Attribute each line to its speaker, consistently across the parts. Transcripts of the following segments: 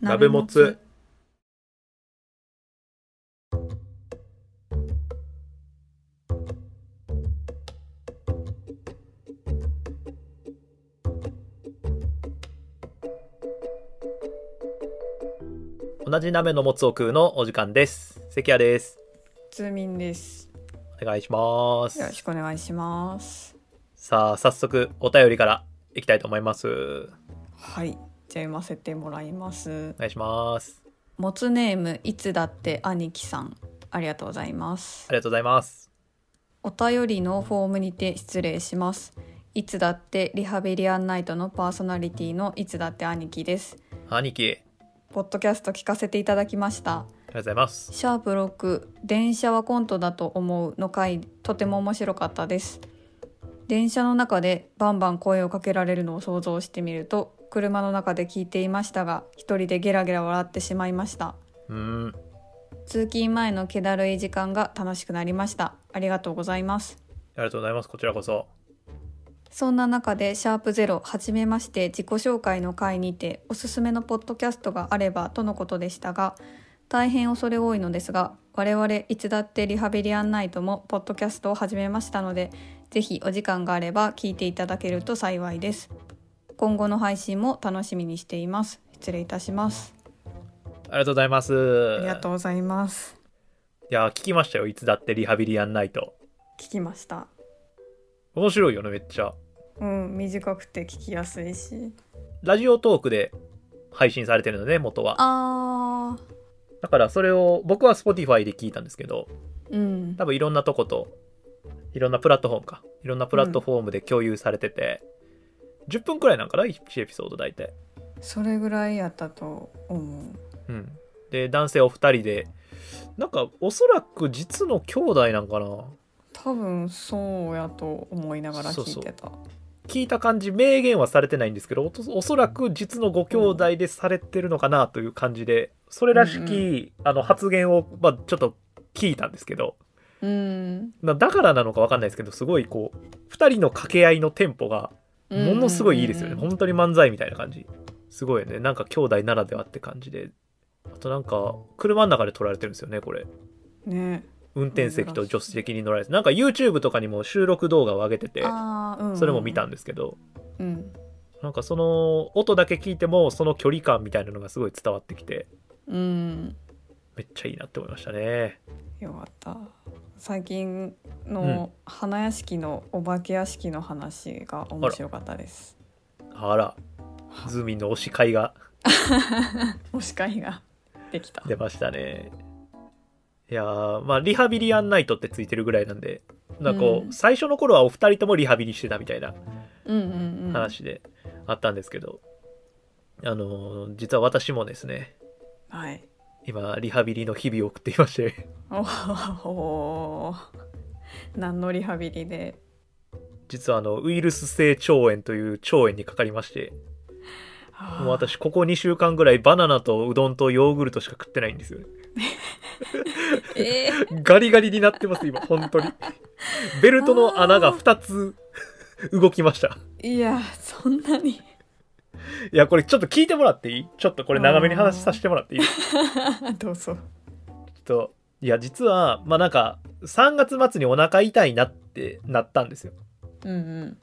Speaker 1: 鍋もつ同じ鍋のもつを食うのお時間です関谷です
Speaker 2: 通民です
Speaker 1: お願いします
Speaker 2: よろしくお願いします
Speaker 1: さあ早速お便りからいきたいと思いますお
Speaker 2: はいじゃあ読ませてもらいます
Speaker 1: 願いします
Speaker 2: もつネームいつだって兄貴さんありがとうございます
Speaker 1: ありがとうございます
Speaker 2: お便りのフォームにて失礼しますいつだってリハビリアンナイトのパーソナリティのいつだって兄貴です
Speaker 1: 兄貴あり
Speaker 2: ポッドキャスト聞かせていただきました
Speaker 1: がとうございます
Speaker 2: シャープ6電車はコントだと思うの回とても面白かったです電車の中でバンバン声をかけられるのを想像してみると車の中で聞いていましたが一人でゲラゲラ笑ってしまいました
Speaker 1: うーん
Speaker 2: 通勤前の気だるい時間が楽しくなりましたありがとうございます
Speaker 1: ありがとうございますこちらこそ
Speaker 2: そんな中で、シャープゼロ、はじめまして、自己紹介の回にて、おすすめのポッドキャストがあればとのことでしたが、大変恐れ多いのですが、我々、いつだってリハビリアンナイトも、ポッドキャストを始めましたので、ぜひお時間があれば聞いていただけると幸いです。今後の配信も楽しみにしています。失礼いたします。
Speaker 1: ありがとうございます
Speaker 2: ありがとうございます。
Speaker 1: いやー聞きましたよいつだってリハビリやんないと
Speaker 2: 聞きました。
Speaker 1: 面白いよねめっちゃ
Speaker 2: うん、短くて聞きやすいし。
Speaker 1: ラジオトークで配信されてるのね元は
Speaker 2: あー、
Speaker 1: だからそれを僕は Spotify で聞いたんですけど
Speaker 2: うん。
Speaker 1: 多分いろんなとこといろんなプラットフォームかいろんなプラットフォームで共有されてて、10分くらいなんかな1エピソード大体
Speaker 2: それぐらいやったと思う。
Speaker 1: うんで男性お二人でなんかおそらく実の兄弟なんかな
Speaker 2: 多分そうやと思いながら
Speaker 1: そうそ
Speaker 2: 聞
Speaker 1: う
Speaker 2: いてた
Speaker 1: 聞いた感じ明言はされてないんですけどおとおそらく実のご兄弟でされてるのかなという感じでそれらしき、
Speaker 2: う
Speaker 1: あの発言を、まあ、ちょっと聞いたんですけど
Speaker 2: うん
Speaker 1: なだからなのかわかんないですけどすごいこう2人の掛け合いのテンポがものすごいいいですよね、
Speaker 2: うん
Speaker 1: 本当に漫才みたいな感じすごいよねなんか兄弟ならではって感じであとなんか車の中で撮られてるんですよねこれ
Speaker 2: ね
Speaker 1: 運転席と助手席に乗られてなんか YouTube とかにも収録動画を上げてて
Speaker 2: あー、うんうん、
Speaker 1: それも見たんですけど
Speaker 2: うん
Speaker 1: なんかその音だけ聞いてもその距離感みたいなのがすごい伝わってきて
Speaker 2: うん
Speaker 1: めっちゃいいなって思いましたね
Speaker 2: よかった最近の花屋敷のお化け屋敷の話が面白かったです、
Speaker 1: あらズーミンの推し会が
Speaker 2: お司会ができた
Speaker 1: 出ましたねいやーまあリハビリアンナイトってついてるぐらいなんでなんかこう、
Speaker 2: うん
Speaker 1: 最初の頃はお二人ともリハビリしてたみたいな
Speaker 2: うんうんうん
Speaker 1: 話であったんですけど、あのー実は私もですね
Speaker 2: はい
Speaker 1: 今リハビリの日々を送っていまして
Speaker 2: おお何のリハビリで
Speaker 1: 実はあのウイルス性腸炎という腸炎にかかりましてもう私ここ2週間ぐらいバナナとうどんとヨーグルトしか食ってないんですよね
Speaker 2: えー
Speaker 1: ガリガリになってます今本 当にベルトの穴が2つ動きました
Speaker 2: いやそんなに
Speaker 1: いやこれちょっと聞いてもらっていいちょっとこれ長めに話させてもらっていいちょ
Speaker 2: どうぞ
Speaker 1: っといや実はまあなんか3月末にお腹痛いなってなったんですよ
Speaker 2: うんうん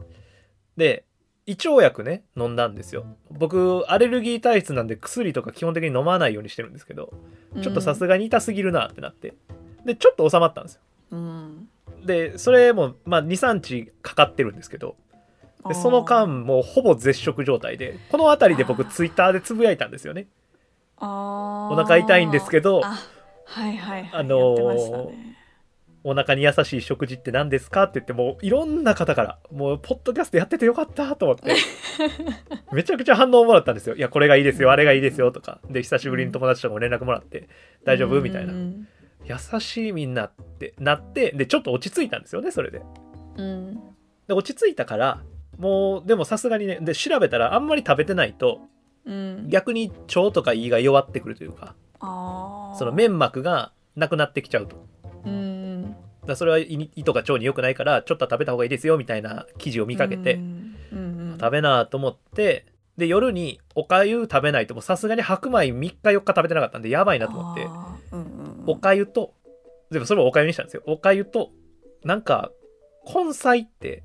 Speaker 1: で胃腸薬ね飲んだんですよ僕アレルギー体質なんで薬とか基本的に飲まないようにしてるんですけどちょっとさすがに痛すぎるなってなってでちょっと収まったんですよ
Speaker 2: うん
Speaker 1: でそれも、まあ、23日かかってるんですけどでその間もうほぼ絶食状態でこの辺りで僕
Speaker 2: あー
Speaker 1: ツイッターでつぶやいたんですよね
Speaker 2: お
Speaker 1: お腹痛いんですけど
Speaker 2: あはいはいはい
Speaker 1: あのー
Speaker 2: やってましたね
Speaker 1: お腹に優しい食事って何ですかって言ってもういろんな方からもうポッドキャストやっててよかったと思って めちゃくちゃ反応もらったんですよいやこれがいいですよあれがいいですよとかで久しぶりに友達とかも連絡もらって大丈夫みたいな
Speaker 2: うん
Speaker 1: 優しいみんなってなってでちょっと落ち着いたんですよねそれで
Speaker 2: うん
Speaker 1: で落ち着いたからもうでもさすがにねで調べたらあんまり食べてないと
Speaker 2: うん
Speaker 1: 逆に腸とか胃が弱ってくるというか
Speaker 2: あー
Speaker 1: その粘膜がなくなってきちゃうとだか
Speaker 2: うん
Speaker 1: らそれは胃に胃とか腸に良くないからちょっとは食べた方がいいですよみたいな記事を見かけて、
Speaker 2: うんうんうん
Speaker 1: 食べなと思ってで夜におかゆ食べないともうさすがに白米3日4日食べてなかったんでやばいなと思って
Speaker 2: あーうんう
Speaker 1: お
Speaker 2: ん
Speaker 1: かゆとでもそれもおかゆにしたんですよおかゆとなんか根菜って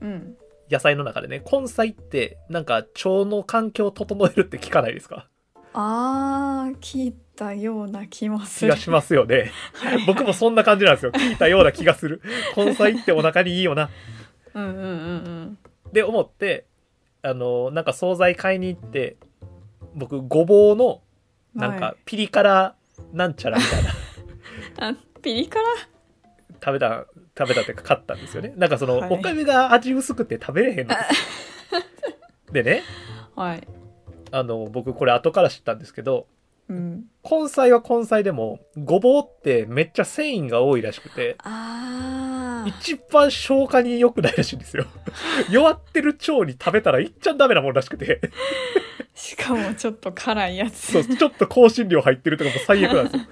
Speaker 2: うん
Speaker 1: 野菜の中でね根菜ってなんか腸の環境を整えるって聞かないです か
Speaker 2: あー聞いたような気もす
Speaker 1: 気
Speaker 2: る
Speaker 1: がしますよね僕もそんな感じなんですよ聞いたような気がする根菜ってお腹にいいよな
Speaker 2: うんうんうん
Speaker 1: で思ってあのなんか惣菜買いに行って僕ごぼうの
Speaker 2: うん
Speaker 1: なん
Speaker 2: は
Speaker 1: かピリ辛なんちゃらみ たいな、
Speaker 2: いあピリ辛
Speaker 1: 食べた食べたっていうか買ったんですよねなんかその、
Speaker 2: はい
Speaker 1: おかゆが味薄くて食べれへんのですよでね
Speaker 2: はい
Speaker 1: あの僕これ後から知ったんですけど
Speaker 2: うん
Speaker 1: 根菜は根菜でもごぼうってめっちゃ繊維が多いらしくて
Speaker 2: あー
Speaker 1: 一番消化に良くないらしいん ですよ弱ってる腸に食べたらいっちゃんダメなもんらしくて
Speaker 2: しかもちょっと辛いやつ
Speaker 1: そうちょっと香辛料入ってるとかもう最悪なんです よ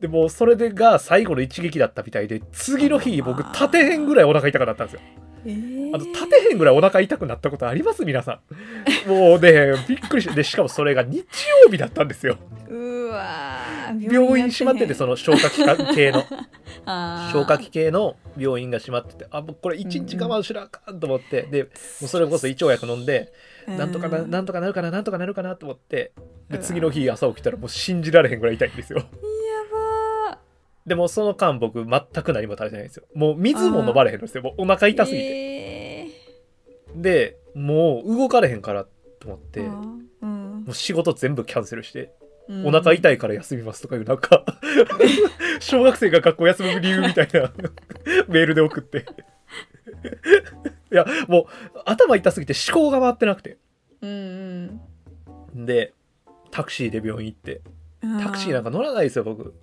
Speaker 1: でもうそれでが最後の一撃だったみたいで次の日僕
Speaker 2: あー
Speaker 1: 立てへんぐらいお腹痛くなったんですよ
Speaker 2: えー
Speaker 1: あの立てへんぐらいお腹痛くなったことあります皆さんもうねびっくりしてでしかもそれが日曜日だったんですよ
Speaker 2: うわー
Speaker 1: 病院閉まっててそ
Speaker 2: の
Speaker 1: の消化器官系の消
Speaker 2: 消
Speaker 1: 化器系の病院が閉まっててあもうこれ一日我慢しなあかんと思って、でもうそれこそ胃腸薬飲んでなんとかななんとかなるかななんとかなるかなと思って
Speaker 2: う
Speaker 1: で
Speaker 2: わ
Speaker 1: 次の日朝起きたらもう信じられへんぐらい痛いんですよ
Speaker 2: やばー
Speaker 1: でもその間僕全く何も食べてないんですよもう水も飲まれへんのですよもうお腹痛すぎて、
Speaker 2: え
Speaker 1: でもう動かれへんからと思って
Speaker 2: ー
Speaker 1: も
Speaker 2: あーうん
Speaker 1: う仕事全部キャンセルして、
Speaker 2: うん
Speaker 1: お腹痛いから休みますとかいうなん か小学生が学校休む理由みたいなメールで送っていやもう頭痛すぎて思考が回ってなくて
Speaker 2: うん
Speaker 1: でタクシーで病院行って
Speaker 2: うん
Speaker 1: タクシーなんか乗らないですよ僕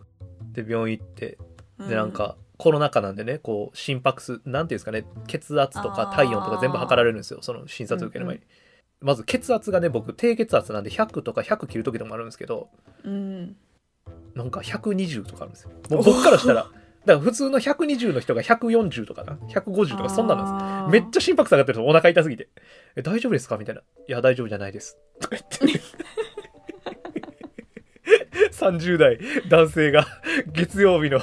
Speaker 1: で病院行って
Speaker 2: う
Speaker 1: でなんかコロナ禍なんでねこう心拍数なんていうんですかね血圧とか
Speaker 2: あー
Speaker 1: 体温とか全部測られるんですよその診察受ける前に、まず血圧がね僕低血圧なんで100とか100切る時でもあるんですけど
Speaker 2: うん
Speaker 1: なんか120とかあるんですよもう僕からしたらだから普通の120の人が140とかな150とかそんなんなんです
Speaker 2: あー
Speaker 1: めっちゃ心拍数上がってるとお腹痛すぎて「え大丈夫ですか?」みたいな「いや大丈夫じゃないです」とか言って30代男性が月曜日の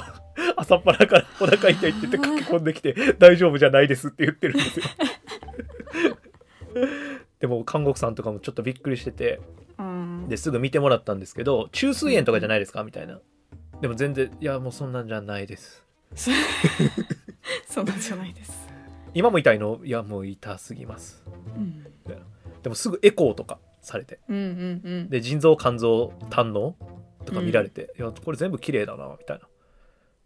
Speaker 1: 朝っぱらからお腹痛いって言って駆け込んできて「大丈夫じゃないです」って言ってるんですよでも看護婦さんとかもちょっとびっくりしてて
Speaker 2: うん
Speaker 1: ですぐ見てもらったんですけど「虫垂炎とかじゃないですか?」みたいなでも全然「いやもうそんなんじゃないです」
Speaker 2: そそんなんじゃないです、
Speaker 1: 今も痛いのいやもう痛すぎます
Speaker 2: うん、
Speaker 1: でもすぐエコーとかされて
Speaker 2: うんうんうん
Speaker 1: で腎臓肝臓胆のとか見られて、いやこれ全部綺麗だなみたいな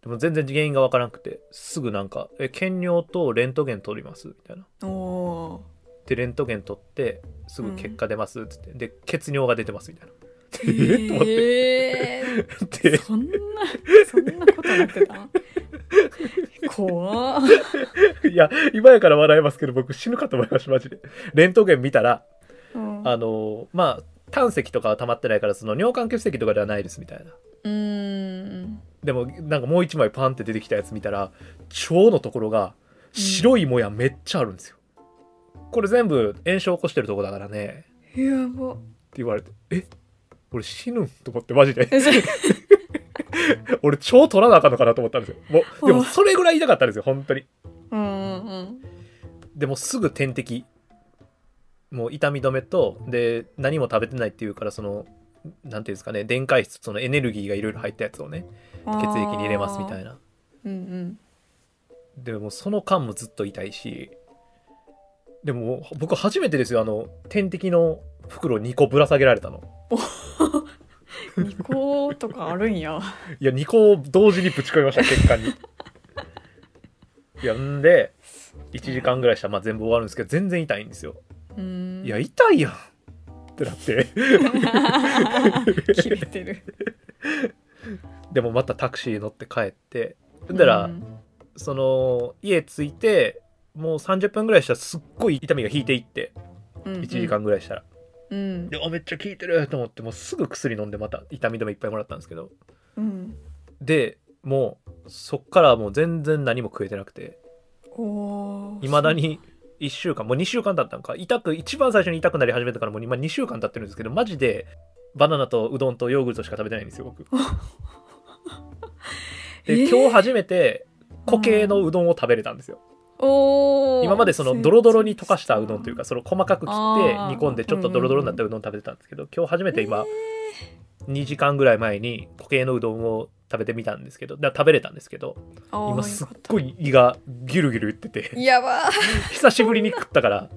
Speaker 1: でも全然原因がわからなくてすぐなんか「え検尿とレントゲン取ります」みたいな
Speaker 2: おお
Speaker 1: でレントゲン取ってすぐ結果出ますっつって、で血尿が出てますみたいな
Speaker 2: ー
Speaker 1: えと思ってで
Speaker 2: えー、そんなそんなことなってた怖っ
Speaker 1: いや今やから笑えますけど僕死ぬかと思いましたマジでレントゲン見たら
Speaker 2: うん
Speaker 1: あのまあ胆石とかは溜まってないからその尿管結石とかではないですみたいな
Speaker 2: うん
Speaker 1: でもなんかもう一枚パンって出てきたやつ見たら腸のところが白いもやめっちゃあるんですよ、これ全部炎症起こしてるとこだからねって
Speaker 2: や ば
Speaker 1: 言われてえ俺死ぬんと思ってマジで
Speaker 2: えそれ
Speaker 1: 俺腸取らなあかんのかなと思ったんですよもうで
Speaker 2: う
Speaker 1: も
Speaker 2: わ
Speaker 1: それぐらい痛かったんですよ本当に
Speaker 2: うんうんうん
Speaker 1: でもすぐ点滴もう痛み止めとで何も食べてないっていうからそのなんていうんですかね電解質そのエネルギーがいろいろ入ったやつをね血液に入れますみた
Speaker 2: ない
Speaker 1: な
Speaker 2: うん
Speaker 1: でもその間もずっと痛いしでも僕初めてですよあの点滴の袋2個ぶら下げられたの
Speaker 2: うん二個とかあるんや
Speaker 1: いや2個同時にぶち込みました血管にいやんで1時間ぐらいしたらまあ全部終わるんですけど全然痛いんですよ
Speaker 2: うん
Speaker 1: いや痛いやんってなって
Speaker 2: 切れてる
Speaker 1: でもまたタクシー乗って帰ってほんだら、
Speaker 2: うん
Speaker 1: その家着いてもう30分ぐらいしたらすっごい痛みが引いていって
Speaker 2: うんうん
Speaker 1: 1時間ぐらいしたら、
Speaker 2: うん
Speaker 1: であめっちゃ効いてると思ってもうすぐ薬飲んでまた痛み止めいっぱいもらったんですけど
Speaker 2: うん
Speaker 1: でもうそっからはもう全然何も食えてなくて
Speaker 2: おお
Speaker 1: いまだに1週間もう2週間だったんか痛く一番最初に痛くなり始めたからもう今2週間経ってるんですけどマジでバナナとうどんとヨーグルトしか食べてないんですよ 僕で、
Speaker 2: えー
Speaker 1: 今日初めて固形のうどんを食べれたんですよ、
Speaker 2: おー
Speaker 1: 今までそのドロドロに溶かしたうどんというかその細かく切って
Speaker 2: あー
Speaker 1: 煮込んでちょっとドロドロになったうどん食べてたんですけど今日初めて今、2時間ぐらい前に固形のうどんを食べてみたんですけどだ食べれたんですけど
Speaker 2: あー
Speaker 1: 今すっ
Speaker 2: よか
Speaker 1: ごい胃がギュルギュルいってて
Speaker 2: やばー
Speaker 1: 久しぶりに食ったから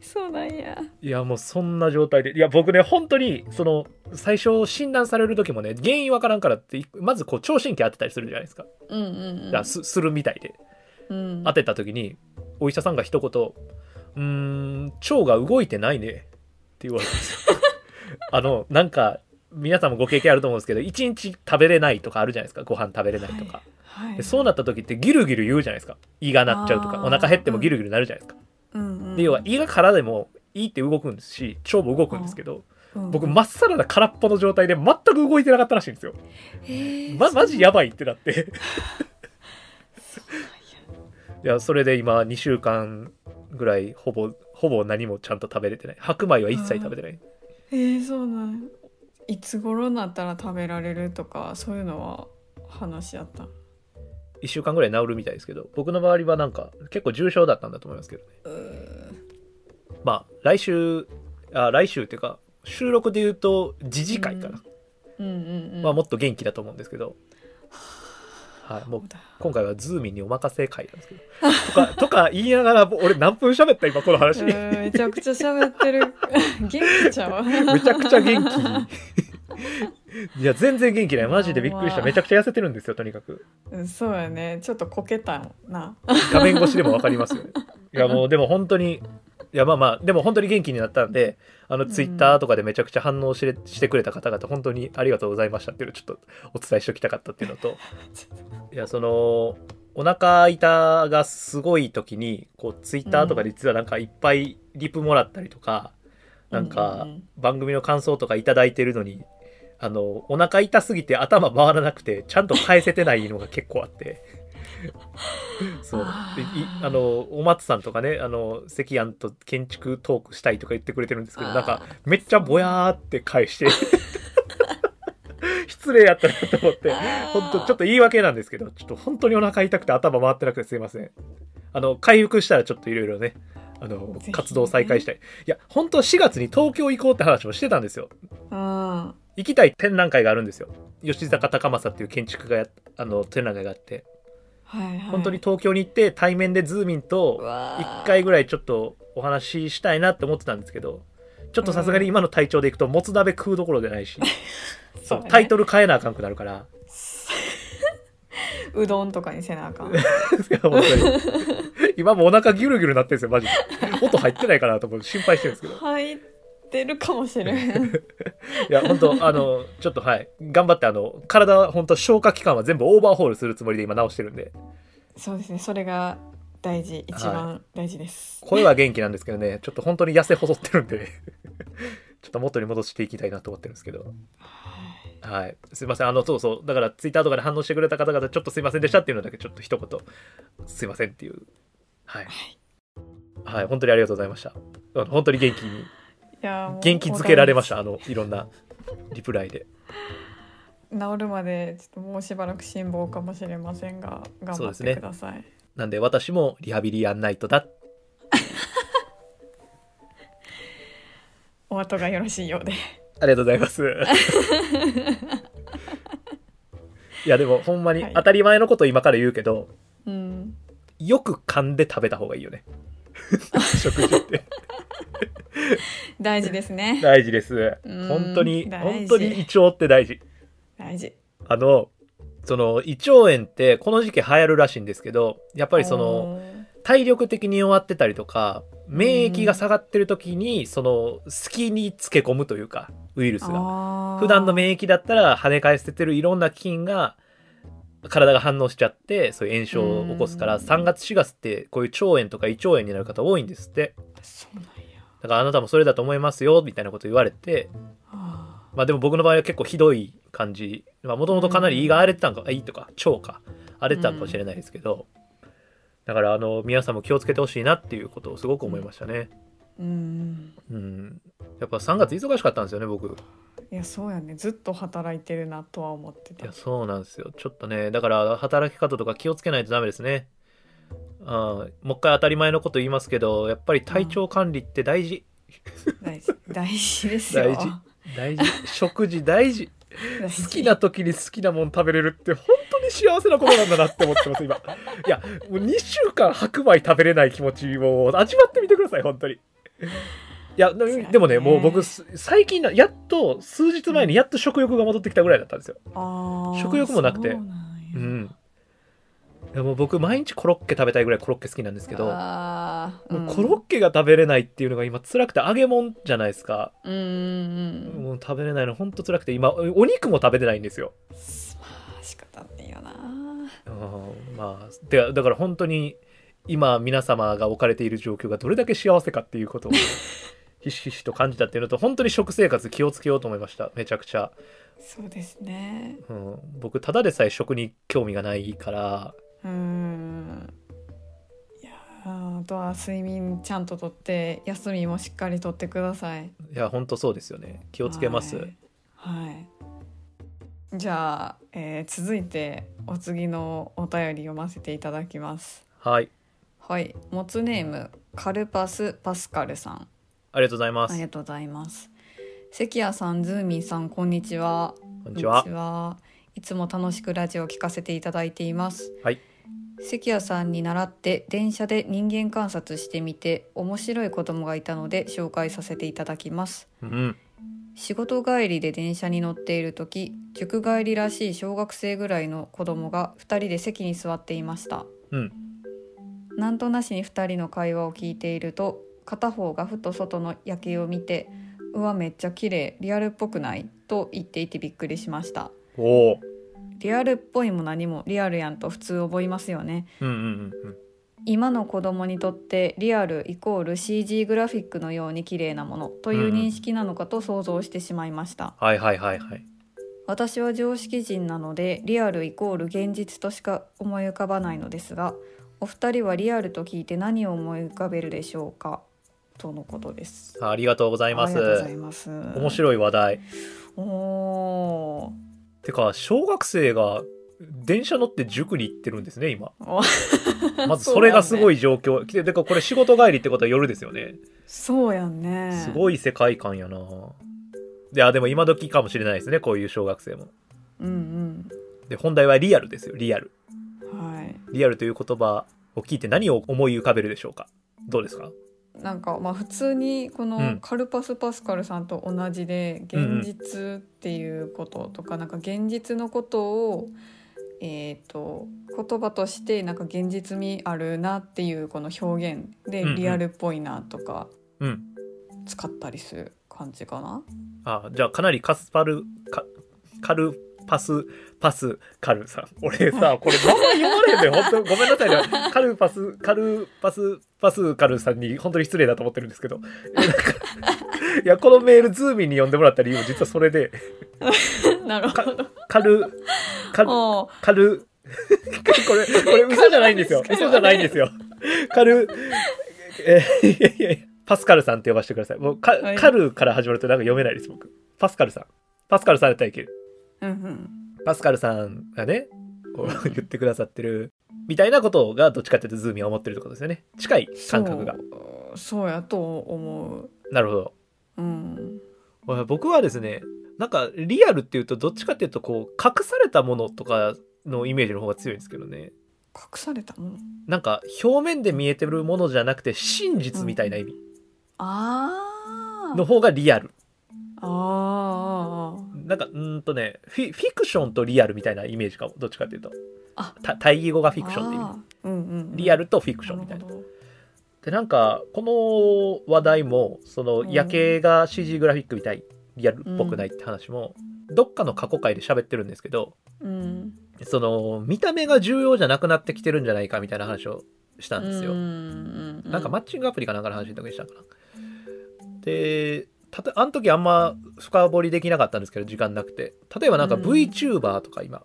Speaker 2: そうなんや
Speaker 1: いやもうそんな状態でいや僕ね本当にその最初診断される時もね原因わからんからってまずこう聴診器当てたりするじゃないですか,、
Speaker 2: うんうんうん
Speaker 1: すするみたいで
Speaker 2: うん
Speaker 1: 当てた時にお医者さんが一言「うーん腸が動いてないね」って言われたんです よあのなんか皆さんもご経験あると思うんですけど1日食べれないとかあるじゃないですかご飯食べれないとか、
Speaker 2: はい
Speaker 1: でそうなった時ってギルギル言うじゃないですか胃がなっちゃうと
Speaker 2: あ
Speaker 1: か
Speaker 2: ー
Speaker 1: お腹減ってもギルギルなるじゃないですか、
Speaker 2: うんうん
Speaker 1: で要は胃が空でもいいって動くんですし腸も動くんですけど、
Speaker 2: うん
Speaker 1: 僕まっさらな空っぽの状態で全く動いてなかったらしいんですよ、
Speaker 2: へー
Speaker 1: ま、マジやばいってなっていやそれで今2週間ぐらいほぼほぼ何もちゃんと食べれてない白米は一切食べてない
Speaker 2: えー、そうなんいつ頃になったら食べられるとかそういうのは話し合った
Speaker 1: 1週間ぐらい治るみたいですけど僕の周りはなんか結構重症だったんだと思いますけどねまあ来週あ来週っていうか収録で言うと次次回かな、
Speaker 2: うんうんうん
Speaker 1: まあ、もっと元気だと思うんですけど、はい、もう
Speaker 2: そうだ
Speaker 1: 今回はズーミンにお任せ会なんですけどとかとか言いながらもう俺何分喋った今この 話
Speaker 2: う
Speaker 1: め
Speaker 2: んめちゃくちゃ喋っ てる元気ちゃう
Speaker 1: ちゃくちゃ元 気いや全然元気ないマジでびっくりし
Speaker 2: まあ
Speaker 1: た
Speaker 2: まあ
Speaker 1: めちゃくちゃ痩せてるんですよとにかく
Speaker 2: うんそうやねちょっとこけたな
Speaker 1: 画面越しでも分かりますよ ねいやもうでも本当にいやまあまあでも本当に元気になったんであの
Speaker 2: うん
Speaker 1: ツイッターとかでめちゃくちゃ反応しれしてくれた方々本当にありがとうございましたっていうのをちょっとお伝えしておきたかったっていうの といやそのお腹痛がすごい時にこうツイッターとかで実はなんかいっぱいリプもらったりとか、なんか
Speaker 2: うんうん
Speaker 1: 番組の感想とか頂いただいてるのにあのお腹痛すぎて頭回らなくてちゃんと返せてないのが結構あって そう
Speaker 2: あ
Speaker 1: で
Speaker 2: ー
Speaker 1: いあのお松さんとかねあの関庵と建築トークしたいとか言ってくれてるんですけど
Speaker 2: あー
Speaker 1: なんかめっちゃぼやーって返 して失礼やったなと思って
Speaker 2: あー
Speaker 1: 本当ちょっと言い訳なんですけどちょっと本当にお腹痛くて頭回ってなくてすいませんあの回復したらちょっといろいろねあの
Speaker 2: ぜひね
Speaker 1: 活動再開したいいや本当は4月に東京行こうって話もしてたんですよ
Speaker 2: うん
Speaker 1: 行きたい展覧会があるんですよ吉坂隆正っていう建築家やあの展覧会があって
Speaker 2: はいはい
Speaker 1: 本当に東京に行って対面でズーミンと1
Speaker 2: 1
Speaker 1: 回ぐらいちょっとお話ししたいなって思ってたんですけどちょっとさすがに今の体調でいくともつ鍋食うどころじゃないしそうタイトル変えなあかんくなるから
Speaker 2: うどんとかにせなあ かん
Speaker 1: いや本当に今もうお腹ギュルギュルなってるんですよマジで音入ってないかなと思って心配してるんですけど
Speaker 2: 入ってるかもしれん
Speaker 1: いや本当あのちょっとはい頑張ってあの体は本当消化器官は全部オーバーホールするつもりで今直してるんで
Speaker 2: そうですねそれが大事一番大事です、
Speaker 1: 声は元気なんですけどねちょっと本当に痩せ細ってるんで ちょっと元に戻していきたいなと思ってるんですけどはい、すいませんあのそうそうだからツイッターとかで反応してくれた方々ちょっとすいませんでしたっていうのだけちょっと一言すいませんっていうはい、はい、本当にありがとうございましたあの本当に元気に
Speaker 2: いやもう
Speaker 1: 元気づけられましたあのいろんなリプライで
Speaker 2: 治るまでちょっともうしばらく辛抱かもしれませんが頑
Speaker 1: そう
Speaker 2: 張
Speaker 1: で
Speaker 2: っ
Speaker 1: すね
Speaker 2: てください、
Speaker 1: なんで私もリハビリやんないとだ
Speaker 2: お後がよろしいようで
Speaker 1: ありがとうございます いやでもほんまに
Speaker 2: はい
Speaker 1: 当たり前のことを今から言うけど、
Speaker 2: うん
Speaker 1: よく噛んで食べた方がいいよ ね食事って
Speaker 2: 大事ですね
Speaker 1: 大事です
Speaker 2: うん
Speaker 1: 本当に
Speaker 2: 大事
Speaker 1: 本当に胃腸って大事
Speaker 2: 大事
Speaker 1: あのその胃腸炎ってこの時期流行るらしいんですけどやっぱりその
Speaker 2: おー
Speaker 1: 体力的に弱ってたりとか免疫が下がってる時にその隙につけ込むというかウイルスが
Speaker 2: あー
Speaker 1: 普段の免疫だったら跳ね返せてるいろんな菌が体が反応しちゃってそういう炎症を起こすから
Speaker 2: うん
Speaker 1: 3月4月ってこういう腸炎とか胃腸炎になる方多いんですって
Speaker 2: そうなんや
Speaker 1: だからあなたもそれだと思いますよみたいなこと言われて
Speaker 2: あ
Speaker 1: まあでも僕の場合は結構ひどい感じもともとかなり胃が荒れてたんか、あ胃とか腸か荒れてたんかもしれないですけど、だからあの皆さんも気をつけてほしいなっていうことをすごく思いましたね。
Speaker 2: うん
Speaker 1: うん、やっぱ3月忙しかったんですよね僕。
Speaker 2: いやそうやねずっと働いてるなとは思って
Speaker 1: い
Speaker 2: た
Speaker 1: やそうなんですよちょっとねだから働き方とか気をつけないとダメですねあーもう一回当たり前のこと言いますけどやっぱり体調管理って大事、
Speaker 2: 大事大事ですよ
Speaker 1: 大事大事 食事大事
Speaker 2: 大事
Speaker 1: 好きな時に好きなもん食べれるって本当に幸せなことなんだなって思ってます今いやもう2週間白米食べれない気持ちを味わってみてください本当にいやでもでもね
Speaker 2: そうやね
Speaker 1: もう僕す最近なやっと数日前にやっと食欲が戻ってきたぐらいだったんですよ
Speaker 2: あー
Speaker 1: 食欲もなくて
Speaker 2: そうなんや
Speaker 1: うん。いやもう僕毎日コロッケ食べたいぐらいコロッケ好きなんですけど、
Speaker 2: あーうん
Speaker 1: もうコロッケが食べれないっていうのが今辛くて揚げ物じゃないですか。
Speaker 2: うんうんうん
Speaker 1: もう食べれないの本当辛くて今お肉も食べてないんですよ。
Speaker 2: まあ仕方ないよな
Speaker 1: うん、まあでだから本当に今皆様が置かれている状況がどれだけ幸せかっていう ことをひしひしと感じたっていうのと本当に食生活気をつけようと思いましためちゃくちゃ、
Speaker 2: そうですね
Speaker 1: うん、僕ただでさえ食に興味がないから
Speaker 2: うんいやーあとは睡眠ちゃんととって休みもしっかりとってください
Speaker 1: いや本当そうですよね気をつけます、
Speaker 2: はい、はいじゃあ、えー続いてお次のお便り読ませていただきます
Speaker 1: はい
Speaker 2: はいモツネームカルパスパスカルさん
Speaker 1: ありがとうございま
Speaker 2: あ
Speaker 1: す
Speaker 2: りがとうございます関谷さんズーミンさんこんにちは
Speaker 1: こんにちは
Speaker 2: こん。にちいつも楽しくラジオを聞かせていただいています。
Speaker 1: はい。
Speaker 2: 関谷さんに習って電車で人間観察してみて面白い子供がいたので紹介させていただきます。
Speaker 1: うん。
Speaker 2: 仕事帰りで電車に乗っている時塾帰りらしい小学生ぐらいの子供が2人で席に座っていました
Speaker 1: うん。
Speaker 2: なんとなしに2人の会話を聞いていると片方がふと外の夜景を見て「うわめっちゃ綺麗リアルっぽくない?」と言っていてびっくりしました
Speaker 1: おお。
Speaker 2: リアルっぽいも何もリアルやんと普通覚えますよね
Speaker 1: うんうんうん
Speaker 2: 今の子供にとってリアルイコール CG グラフィックのように綺麗なものという認識なのかと想像してしまいました、
Speaker 1: はいはいはいはい。
Speaker 2: 私は常識人なのでリアルイコール現実としか思い浮かばないのですがお二人はリアルと聞いて何を思い浮かべるでしょうかとのことです
Speaker 1: ありがとうございます。
Speaker 2: ありがとうございます
Speaker 1: 面白い話題。
Speaker 2: いおー
Speaker 1: てか、小学生が電車乗って塾に行ってるんですね、今。
Speaker 2: お
Speaker 1: まずそれがすごい状況。で、てか、これ仕事帰りってことは夜ですよね。
Speaker 2: そうやんね
Speaker 1: す
Speaker 2: い
Speaker 1: ごい世界観やな。いや、でも今時かもしれないですね、こういう小学生も。
Speaker 2: うん
Speaker 1: で、本題はリアルですよ、リアル。
Speaker 2: うんはい
Speaker 1: リアルという言葉を聞いて何を思い浮かべるでしょうかどうですか
Speaker 2: なんかまあ普通にこ
Speaker 1: う
Speaker 2: の
Speaker 1: ん
Speaker 2: カルパス・パスカルさんと同じで現実っていうこととかなんか現実のことをえーと言葉としてなんか現実味あるなっていうこの表現で
Speaker 1: うんうん
Speaker 2: リアルっぽいなとか
Speaker 1: うん。
Speaker 2: 使ったりする感じか な。
Speaker 1: あじゃあかなりカスパルカカルパスパスカルさん俺さこれ名前読まれへんねん本当ごめんなさいねカルパスカルパスパスカルさんに本当に失礼だと思ってるんですけどえなんかいやこのメールズーミンに呼んでもらった理由も実はそれで
Speaker 2: なるほ ど。
Speaker 1: カルカル
Speaker 2: お
Speaker 1: カ ルこれこれ嘘じゃないんですよ
Speaker 2: カルパスカル
Speaker 1: 嘘じゃないんですよカルえいやいやいやパスカルさんって呼ばせてくださいもうカ,、
Speaker 2: はい
Speaker 1: カルから始まるとなんか読めないです僕パスカルさんパスカルさんだったらいける
Speaker 2: うんうん。
Speaker 1: パスカルさんがね、こう言ってくださってる、みたいなことがどっちかっていうとズーミンは思ってるってことですよね。近い感覚が。
Speaker 2: そうそうやと思う。
Speaker 1: なるほ
Speaker 2: うん。
Speaker 1: ど。僕はですね、なんかリアルっていうとどっちかっていうとこう隠されたものとかのイメージの方が強いんですけどね。
Speaker 2: 隠されたもの。
Speaker 1: なんか表面で見えてるものじゃなくて真実みたいな意味
Speaker 2: あー
Speaker 1: の方がリアル。
Speaker 2: あーあーあー。
Speaker 1: なんかうーんとねフィ、フィクションとリアルみたいなイメージかも。どっちかっていうと
Speaker 2: あ。
Speaker 1: た対義語がフィクションって意味。
Speaker 2: あーうんうんうん
Speaker 1: リアルとフィクションみたいな
Speaker 2: る。ほど
Speaker 1: でなんかこの話題もその
Speaker 2: うん
Speaker 1: 夜景が CG グラフィックみたいリアルっぽくないって話も、どっかの過去回で喋ってるんですけど
Speaker 2: うん
Speaker 1: その見た目が重要じゃなくなってきてるんじゃないかみたいな話をしたんですよ。
Speaker 2: ううんう
Speaker 1: なんかマッチングアプリかなんかの話の時にしたのかな。でたとあの時あんま深掘りできなかったんですけど時間なくて例えばなんか
Speaker 2: うん
Speaker 1: VTuber とか今、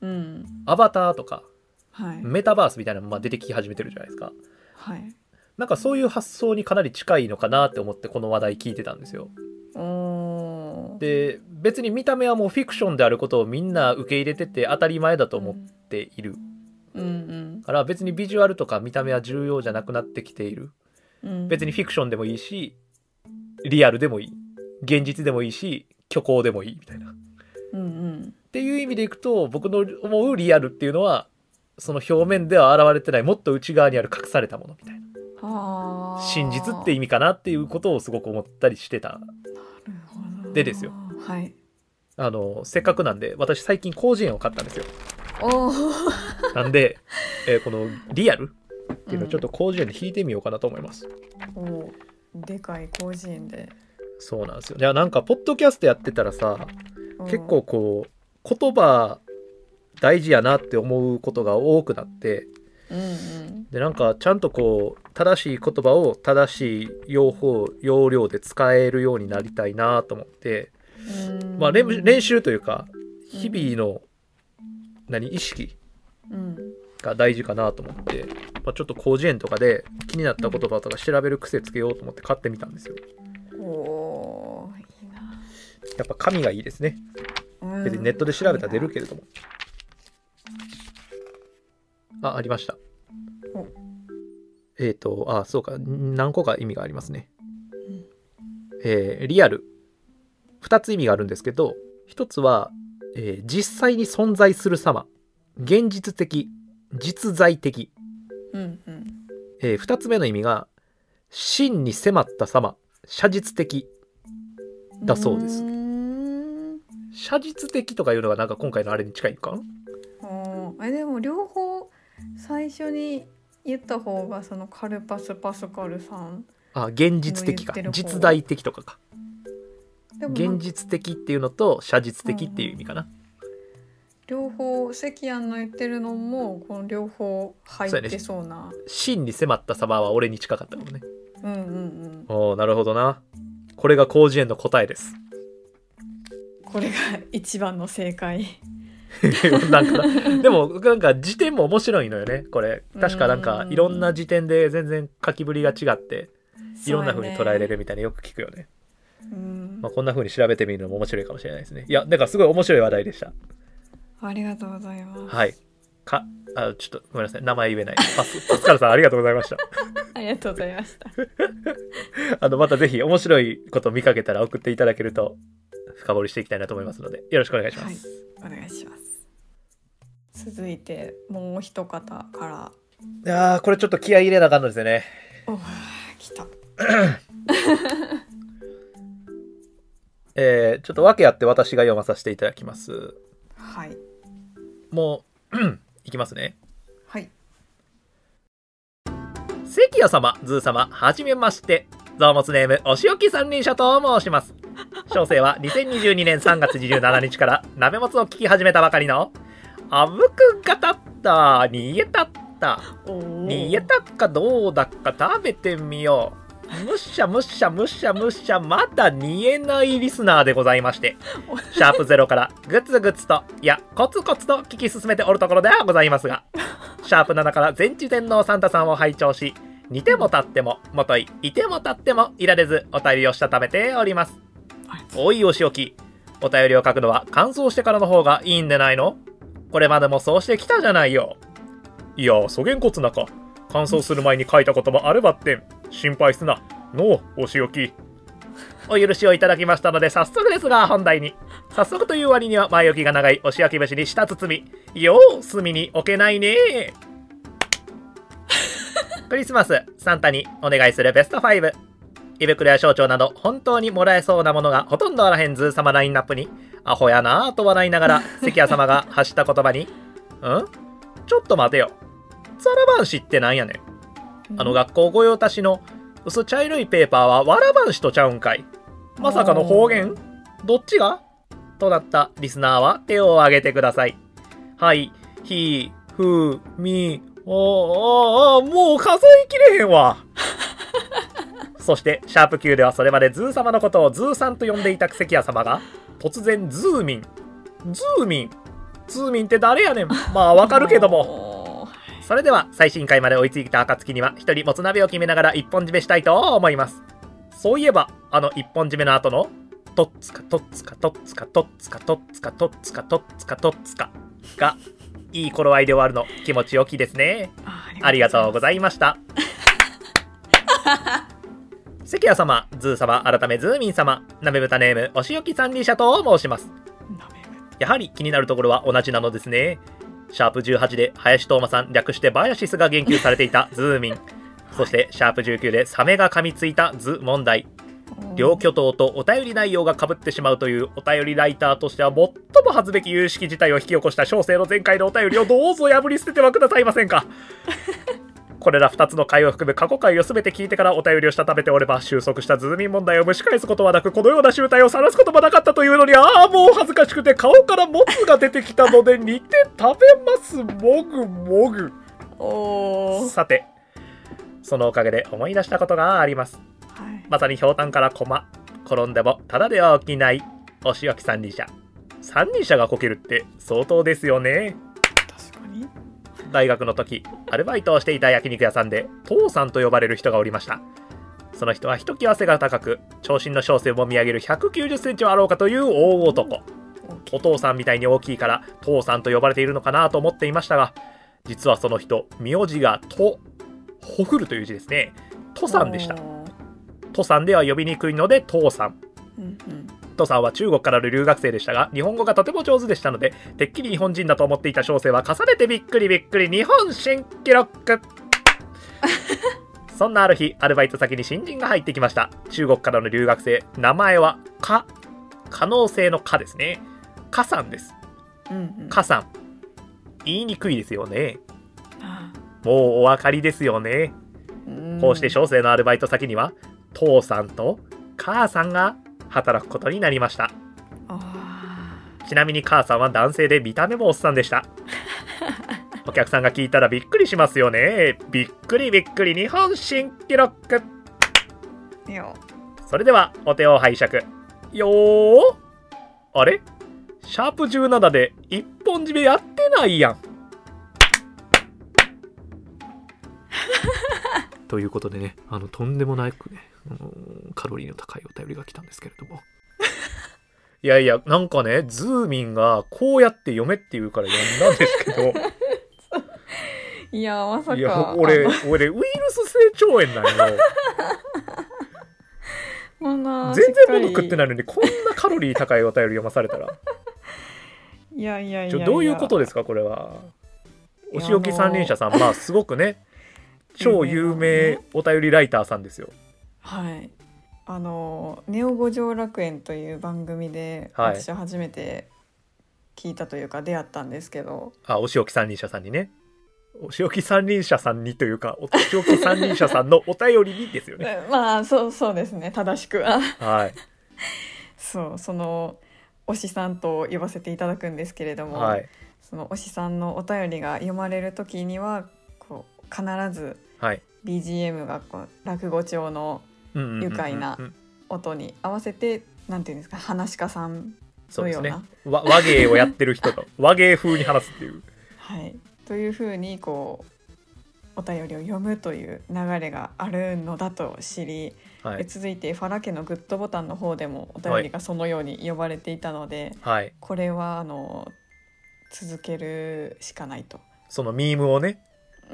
Speaker 2: うん
Speaker 1: アバターとか
Speaker 2: はい
Speaker 1: メタバースみたいなのもまあ出てき始めてるじゃないですか
Speaker 2: はい
Speaker 1: なんかそういう発想にかなり近いのかなって思ってこの話題聞いてたんですよ
Speaker 2: おー
Speaker 1: で別に見た目はもうフィクションであることをみんな受け入れてて当たり前だと思っている
Speaker 2: うんうん
Speaker 1: から別にビジュアルとか見た目は重要じゃなくなってきている
Speaker 2: うん
Speaker 1: 別にフィクションでもいいしリアルでもいい現実でもいいし虚構でもいいみたいなっ
Speaker 2: うん
Speaker 1: ていう意味でいくと僕の思うリアルっていうのはその表面では現れてないもっと内側にある隠されたものみたいな
Speaker 2: うんはあ
Speaker 1: 真実って意味かなっていうことをすごく思ったりしてた
Speaker 2: なるほど
Speaker 1: でですよ
Speaker 2: はい
Speaker 1: あのせっかくなんで私最近広辞苑を買ったんですよ
Speaker 2: おー
Speaker 1: なんで、えーこのリアルっていうのをちょっと広辞苑で引いてみようかなと思います、
Speaker 2: おーでかい広辞苑で
Speaker 1: そうなんですよいやなんかポッドキャストやってたらさ
Speaker 2: うん
Speaker 1: 結構こう言葉大事やなって思うことが多くなって
Speaker 2: うんうん
Speaker 1: でなんかちゃんとこう正しい言葉を正しい用法要領で使えるようになりたいなと思って、
Speaker 2: うん
Speaker 1: まあ、練練習というか
Speaker 2: うん
Speaker 1: 日々の何意識
Speaker 2: うん
Speaker 1: が大事かなと思って、まあ、ちょっと広辞苑とかで気になった言葉とか調べる癖つけようと思って買ってみたんですよ
Speaker 2: おーいいな
Speaker 1: やっぱ紙がいいですね
Speaker 2: うん
Speaker 1: 別にネットで調べたら出るけれども。あ、ありました
Speaker 2: お。
Speaker 1: えっ、と、あ、そうか、何個か意味がありますね。
Speaker 2: うん
Speaker 1: えーリアル。2つ意味があるんですけど、1つは、えー実際に存在する様。現実的、実在的。
Speaker 2: うんうん
Speaker 1: え2つ目の意味が、真に迫った様。写実的。だそうです
Speaker 2: ーん
Speaker 1: 写実的とかいうのがなんか今回のあれに近いのかな
Speaker 2: おーえでも両方最初に言った方がそのカルパスパスカルさん
Speaker 1: あ現実的か
Speaker 2: 言ってる方
Speaker 1: 実在的とかか
Speaker 2: でもなん
Speaker 1: 現
Speaker 2: か
Speaker 1: 実的っていうのと写実的っていう意味かな、
Speaker 2: 両方関庵の言ってるのもこの両方入ってそうな
Speaker 1: 真に迫った様は俺に近かったもんね、
Speaker 2: うんうん
Speaker 1: おおなるほどなこれが広辞苑の答えです
Speaker 2: うんこれが一番の正解
Speaker 1: なんかなでもなんか辞典も面白いのよねこれ確かなんか
Speaker 2: うん
Speaker 1: いろんな辞典で全然書きぶりが違って いろんな風に捉えれ
Speaker 2: る
Speaker 1: るみたいなのよく聞くよね
Speaker 2: うん
Speaker 1: まあ、こんな風に調べてみるのも面白いかもしれないですねいやだからすごい面白い話題でした
Speaker 2: ありがとうございます
Speaker 1: はいかあちょっとごめんなさい名前言えないパ スパスカルさんありがとうございました
Speaker 2: ありがとうございました
Speaker 1: あの、またぜひ面白いこと見かけたら送っていただけると深掘りしていきたいなと思いますので、よろしくお願いします。
Speaker 2: お願いします続いてもう一方から
Speaker 1: い、やー、これちょっと気合い入れなあかんのですよね。
Speaker 2: おー来た
Speaker 1: えー、ちょっと訳あって私が読まさせていただきます。
Speaker 2: はい
Speaker 1: もう、うんいきますね。
Speaker 2: はい
Speaker 1: 関谷様、ズー様、はじめまして。造物ネーム、お仕置き三輪車と申します。小生は2022年3月27日から鍋もつを聞き始めたばかりの、あぶくがたった、逃げたった。
Speaker 2: おお
Speaker 1: 煮えたかどうだか食べてみようむしゃむしゃむしゃむしゃまだ煮えないリスナーでございましてシャープゼロからグツグツといやコツコツと聞き進めておるところではございますがシャープ7から全知天皇サンタさんを拝聴し似ても立ってももといいても立ってもいられずお便りをしたためておりますおいお仕置きお便りを書くのは乾燥してからの方がいいんでないのこれまでもそうしてきたじゃないよいやそげんこつなか乾燥する前に書いたこともあるばってん心配すなのうお仕置きお許しをいただきましたので早速ですが本題に早速という割には前置きが長いお仕置き飯に舌包みよう隅に置けないね クリスマスサンタにお願いするベスト5胃袋や小腸など本当にもらえそうなものがほとんどあらへんズー様ラインナップにアホやなぁと笑いながら関谷様が発した言葉に「んちょっと待てよザラバンシってなんやねんあの学校御用達の薄茶色いペーパーはわらばんしとちゃうんかいまさかの方言どっちがとなったリスナーは手を挙げてくださいはいひふみおーおーおーもう数えきれへんわそして、シャープ Q ではそれまでズー様のことをズーさんと呼んでいた関谷様が、突然ズーミン、ズーミン、ズーミンって誰やねん。まあわかるけども、
Speaker 2: も
Speaker 1: それでは最新回まで追いついた暁には一人もつ鍋を決めながら一本締めしたいと思いますそういえばあの一本締めの後の「とっつかとっつかとっつかとっつかとっつかとっつかとっつかとっつか」がいい頃合いで終わるの気持ちよきですね
Speaker 2: あ
Speaker 1: ありがとうご
Speaker 2: い
Speaker 1: ざいました。 関谷様、ズー様、改めズーミン様、鍋豚ネーム、おしおき三輪車と申します。
Speaker 2: ます鍋
Speaker 1: やはり気になるところは同じなのですね。シャープ18で林東馬さん、略してバヤシスが言及されていたズーミン。そして、シャープ19でサメが噛みついたズ問題。
Speaker 2: おー
Speaker 1: 両巨頭とお便り内容が被ってしまうというお便りライターとしては最も恥ずべき有識事態を引き起こした小生の前回のお便りをどうぞ破り捨ててはくださいませんかこれら2つの回を含む過去回を全て聞いてからお便りをしたためておれば収束したズーミン問題を蒸し返すことはなくこのような集体を晒すこともなかったというのにああもう恥ずかしくて顔からモツが出てきたので煮て食べますもぐもぐ
Speaker 2: おー
Speaker 1: さてそのおかげで思い出したことがあります
Speaker 2: はい
Speaker 1: まさにひょうたんから駒転んでもただでは起きないお仕置き三輪車三輪車がこけるって相当ですよね
Speaker 2: 確かに
Speaker 1: 大学の時アルバイトをしていた焼肉屋さんで父さんと呼ばれる人がおりましたその人はひときわ背が高く長身の小生も見上げる1 9 0センチはあろうかという大男
Speaker 2: 大きい
Speaker 1: お父さんみたいに大きいから父さんと呼ばれているのかなと思っていましたが実はその人名字が「と」「ほふる」という字ですね「とさん」でした
Speaker 2: おー
Speaker 1: 「とさん」では呼びにくいので「父さん」
Speaker 2: うんうん
Speaker 1: トさんは中国からの留学生でしたが日本語がとても上手でしたのでてっきり日本人だと思っていた小生は重ねてびっくりびっくり日本新記録そんなある日アルバイト先に新人が入ってきました中国からの留学生名前はか可能性のかですねかさんです
Speaker 2: うんうん
Speaker 1: かさん言いにくいですよね
Speaker 2: あ
Speaker 1: もうお分かりですよね
Speaker 2: ー
Speaker 1: こうして小生のアルバイト先には父さんと母さんが働くことになりました
Speaker 2: あ
Speaker 1: ちなみに母さんは男性で見た目もおっさんでした。お客さんが聞いたらびっくりしますよね。びっくりびっくり日本新記録。
Speaker 2: ーいや
Speaker 1: それではお手を拝借。よーあれシャープ17で一本締めやってないやん。 ということでね、あのとんでもないくね、あのーカロリーの高いお便りが来たんですけれども。 いやいや、なんかね、ズーミンがこうやって読めって言うから読んだんですけ ど。
Speaker 2: いやまさか
Speaker 1: いや俺
Speaker 2: あの
Speaker 1: 俺ウイルス性腸炎 なんよ
Speaker 2: こんな
Speaker 1: 全然物
Speaker 2: しっかり
Speaker 1: 食ってないのにこんなカロリー高いお便り読まされたら
Speaker 2: いやいやい
Speaker 1: ち
Speaker 2: や
Speaker 1: ょどういうこと
Speaker 2: で
Speaker 1: ですかこれはいお
Speaker 2: や
Speaker 1: 仕置き三輪車さんまあすごく ね超有名お便りライターさんですよ
Speaker 2: はいあの「ネオ五条楽園」という番組で、
Speaker 1: はい
Speaker 2: 私は初めて聞いたというか出会ったんですけど
Speaker 1: あお仕置き三輪車さんにねお仕置き三輪車さんにというかお仕置き三輪車さんのお便りにです よね
Speaker 2: えまあそうそうですね正しくは
Speaker 1: はい
Speaker 2: そうその推しさんと呼ばせていただくんですけれども、
Speaker 1: はい
Speaker 2: その推しさんのお便りが読まれる時にはこう必ず
Speaker 1: はい
Speaker 2: BGM がこう落語調の
Speaker 1: うんうんうんうんうん
Speaker 2: 愉快な音に合わせてなんていうんですか話し家さん
Speaker 1: そうですね
Speaker 2: のよ
Speaker 1: わ和芸をやってる 人と和芸風に話すっていう
Speaker 2: はい、というふうにこうお便りを読むという流れがあるのだと知り、
Speaker 1: は
Speaker 2: え
Speaker 1: い
Speaker 2: 続いてファラ家のグッドボタンの方でもお便りがそのように呼ばれていたので、
Speaker 1: はい
Speaker 2: これはあの続けるしかないと。
Speaker 1: そのミームをね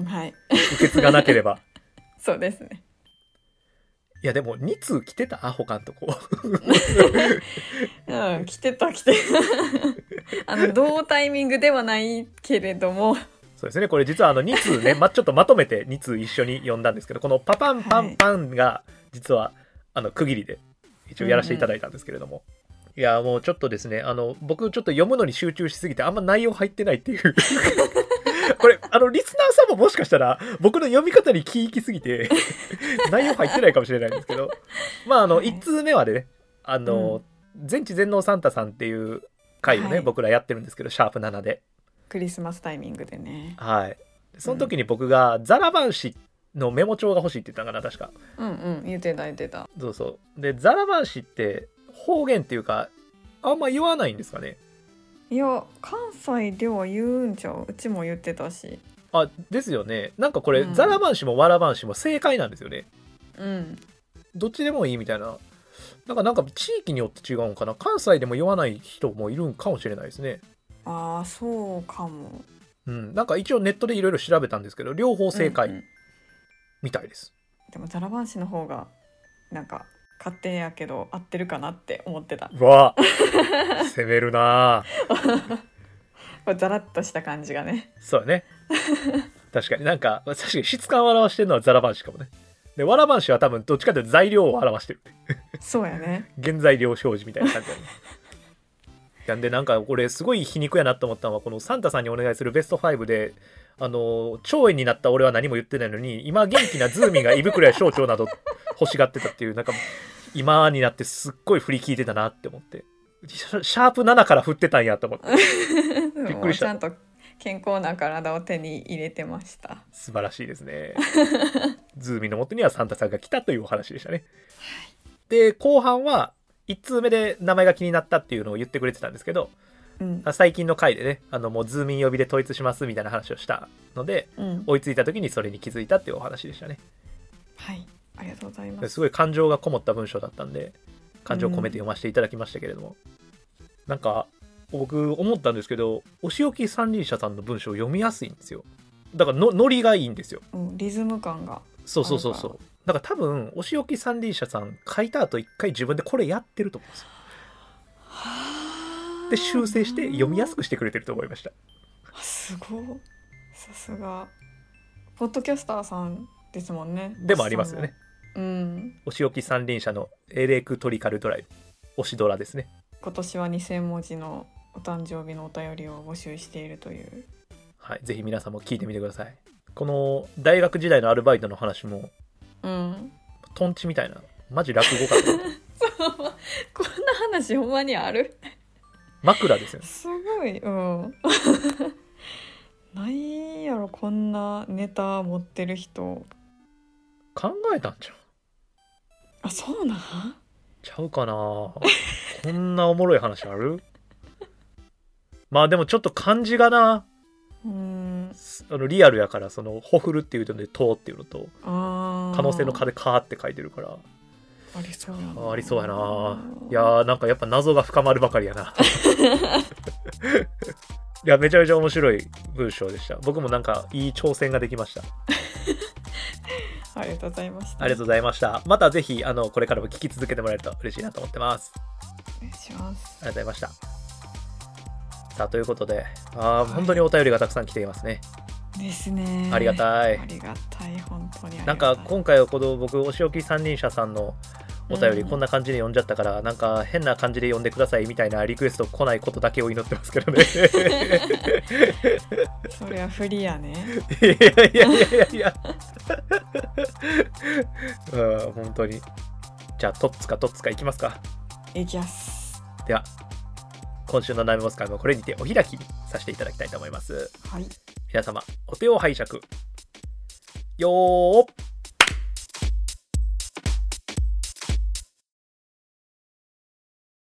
Speaker 2: はい、
Speaker 1: 受け継がなければ
Speaker 2: そうですね。
Speaker 1: いやでも2通来てたアホかんとこ
Speaker 2: うん、来てた来 てた。あの同タイミングではないけれども、
Speaker 1: そうですねこれ実はあの2通 ね、ま、ちょっとまとめて2通一緒に読んだんですけどこの「パパンパンパン」が実はあの区切りで一応やらせていただいたんですけれども、いやもうちょっとですねあの僕ちょっと読むのに集中しすぎてあんま内容入ってないっていう これあのリスナーさんももしかしたら僕の読み方に気いきすぎ て内容入ってないかもしれないんですけどまああの
Speaker 2: はい
Speaker 1: 1通目はねあの、全知全能サンタさんっていう回をね、
Speaker 2: はい
Speaker 1: 僕らやってるんですけどシャープ7で
Speaker 2: クリスマスタイミングでね。
Speaker 1: はい。その時に僕がザラバン氏のメモ帳が欲しいって言ったのかな、確か。
Speaker 2: うんうん、言ってた言ってた。
Speaker 1: そうそう。で、ザラバン氏って方言っていうか、あんま言わないんですかね。
Speaker 2: いや関西では言うんちゃううちも言ってたし
Speaker 1: あですよねなんかこれ、
Speaker 2: うん
Speaker 1: ザラバン氏もわらばん氏も正解なんですよね
Speaker 2: うん
Speaker 1: どっちでもいいみたいななんかなんか地域によって違うんかな関西でも言わない人もいるんかもしれないですね
Speaker 2: ああそうかも
Speaker 1: うんなんか一応ネットでいろいろ調べたんですけど両方正
Speaker 2: うんう
Speaker 1: 解
Speaker 2: ん
Speaker 1: みたいです、
Speaker 2: でもザラバン氏の方がなんか勝手やけど合ってるかなって思ってた
Speaker 1: うわ あ攻めるなあ
Speaker 2: これザラッとした感じがね
Speaker 1: そうだね確かになんか確かに質感を表してるのはザラバン氏かもねでわらばん氏は多分どっちかというと材料を表してる
Speaker 2: そうやね
Speaker 1: 原材料表示みたいな感じだねなんでなんかこれすごい皮肉やなと思ったのはこのサンタさんにお願いするベスト5であの腸炎になった俺は何も言ってないのに今元気なズーミンが胃袋や小腸など欲しがってたっていうなんか今になってすっごい振り聞いてたなって思ってシャシャープ7から振ってたんやと思って
Speaker 2: び
Speaker 1: っくりした
Speaker 2: ちゃんと健康な体を手に入れてました
Speaker 1: 素晴らしいですね ズーミンのもとにはサンタさんが来たというお話でしたね、で後半は1通目で名前が気になったっていうのを言ってくれてたんですけど
Speaker 2: うん
Speaker 1: あ最近の回でねあのもうズーミン呼びで統一しますみたいな話をしたので
Speaker 2: うん
Speaker 1: 追いついた時にそれに気づいたっていうお話でしたね
Speaker 2: はいありがとうございます
Speaker 1: すごい感情がこもった文章だったんで感情を込めて読ませていただきましたけれども、なんか僕思ったんですけどお仕置き三輪車さんの文章読みやすいんですよだからのノリがいいんですよ
Speaker 2: うんリズム感が
Speaker 1: そうそうそうそうだから多分お仕置き三輪車さん書いた後一回自分でこれやってると思うんですよで修正して読みやす
Speaker 2: く
Speaker 1: くしてくれてると思いました
Speaker 2: すごいさすがポッドキャスターさんですもんね
Speaker 1: でもありますよね
Speaker 2: うん
Speaker 1: お仕置き三輪車のエレクトリカルドライブ、押しドラですね。
Speaker 2: 今年は2000文字のお誕生日のお便りを募集しているという
Speaker 1: はい、ぜひ皆さんも聞いてみてください。この大学時代のアルバイトの話も、
Speaker 2: うん
Speaker 1: トンチみたいな、マジ落語かと思った。
Speaker 2: こんな話ほんまにある
Speaker 1: 枕ですよね。
Speaker 2: すごいうん ないやろこんなネタ持ってる人
Speaker 1: 考えたんじゃん。
Speaker 2: あそうなん
Speaker 1: ちゃうかなこんなおもろい話あるまあでもちょっと漢字がな、
Speaker 2: うん
Speaker 1: すあのリアルやから、その、ほふるっていうので、とうっていうのと、
Speaker 2: あー
Speaker 1: 可能性のかでかーって書いてるから、
Speaker 2: ありそうや
Speaker 1: あ
Speaker 2: な
Speaker 1: ーありそうやな。いやーなんかやっぱ謎が深まるばかりや な。いやめちゃめちゃ面白い文章でした。僕もなんかいい挑戦ができました。
Speaker 2: ありがとうございました
Speaker 1: ありがとうございました。またぜひあのこれからも聞き続けてもらえると嬉しいなと思ってます。あ
Speaker 2: お願いします
Speaker 1: りがとうございました。さあということで、あー本当にお便りがたくさん来ていますね。
Speaker 2: ですね
Speaker 1: ありがたい
Speaker 2: あ。りがたい本当にありがたい
Speaker 1: なんか今回はこの僕お仕置き三輪車さんのお便り
Speaker 2: うん
Speaker 1: こんな感じで読んじゃったから、なんか変な感じで読んでくださいみたいなリクエスト来ないことだけを祈ってますけどね。
Speaker 2: それはフリやね
Speaker 1: いやいやいやいやいやうん本当にじゃあトッツカトッツカいきますか
Speaker 2: いきます
Speaker 1: では今週のナメモスカイもこれにてお開きにさせていただきたいと思います
Speaker 2: はい
Speaker 1: 皆様お手を拝借よーっ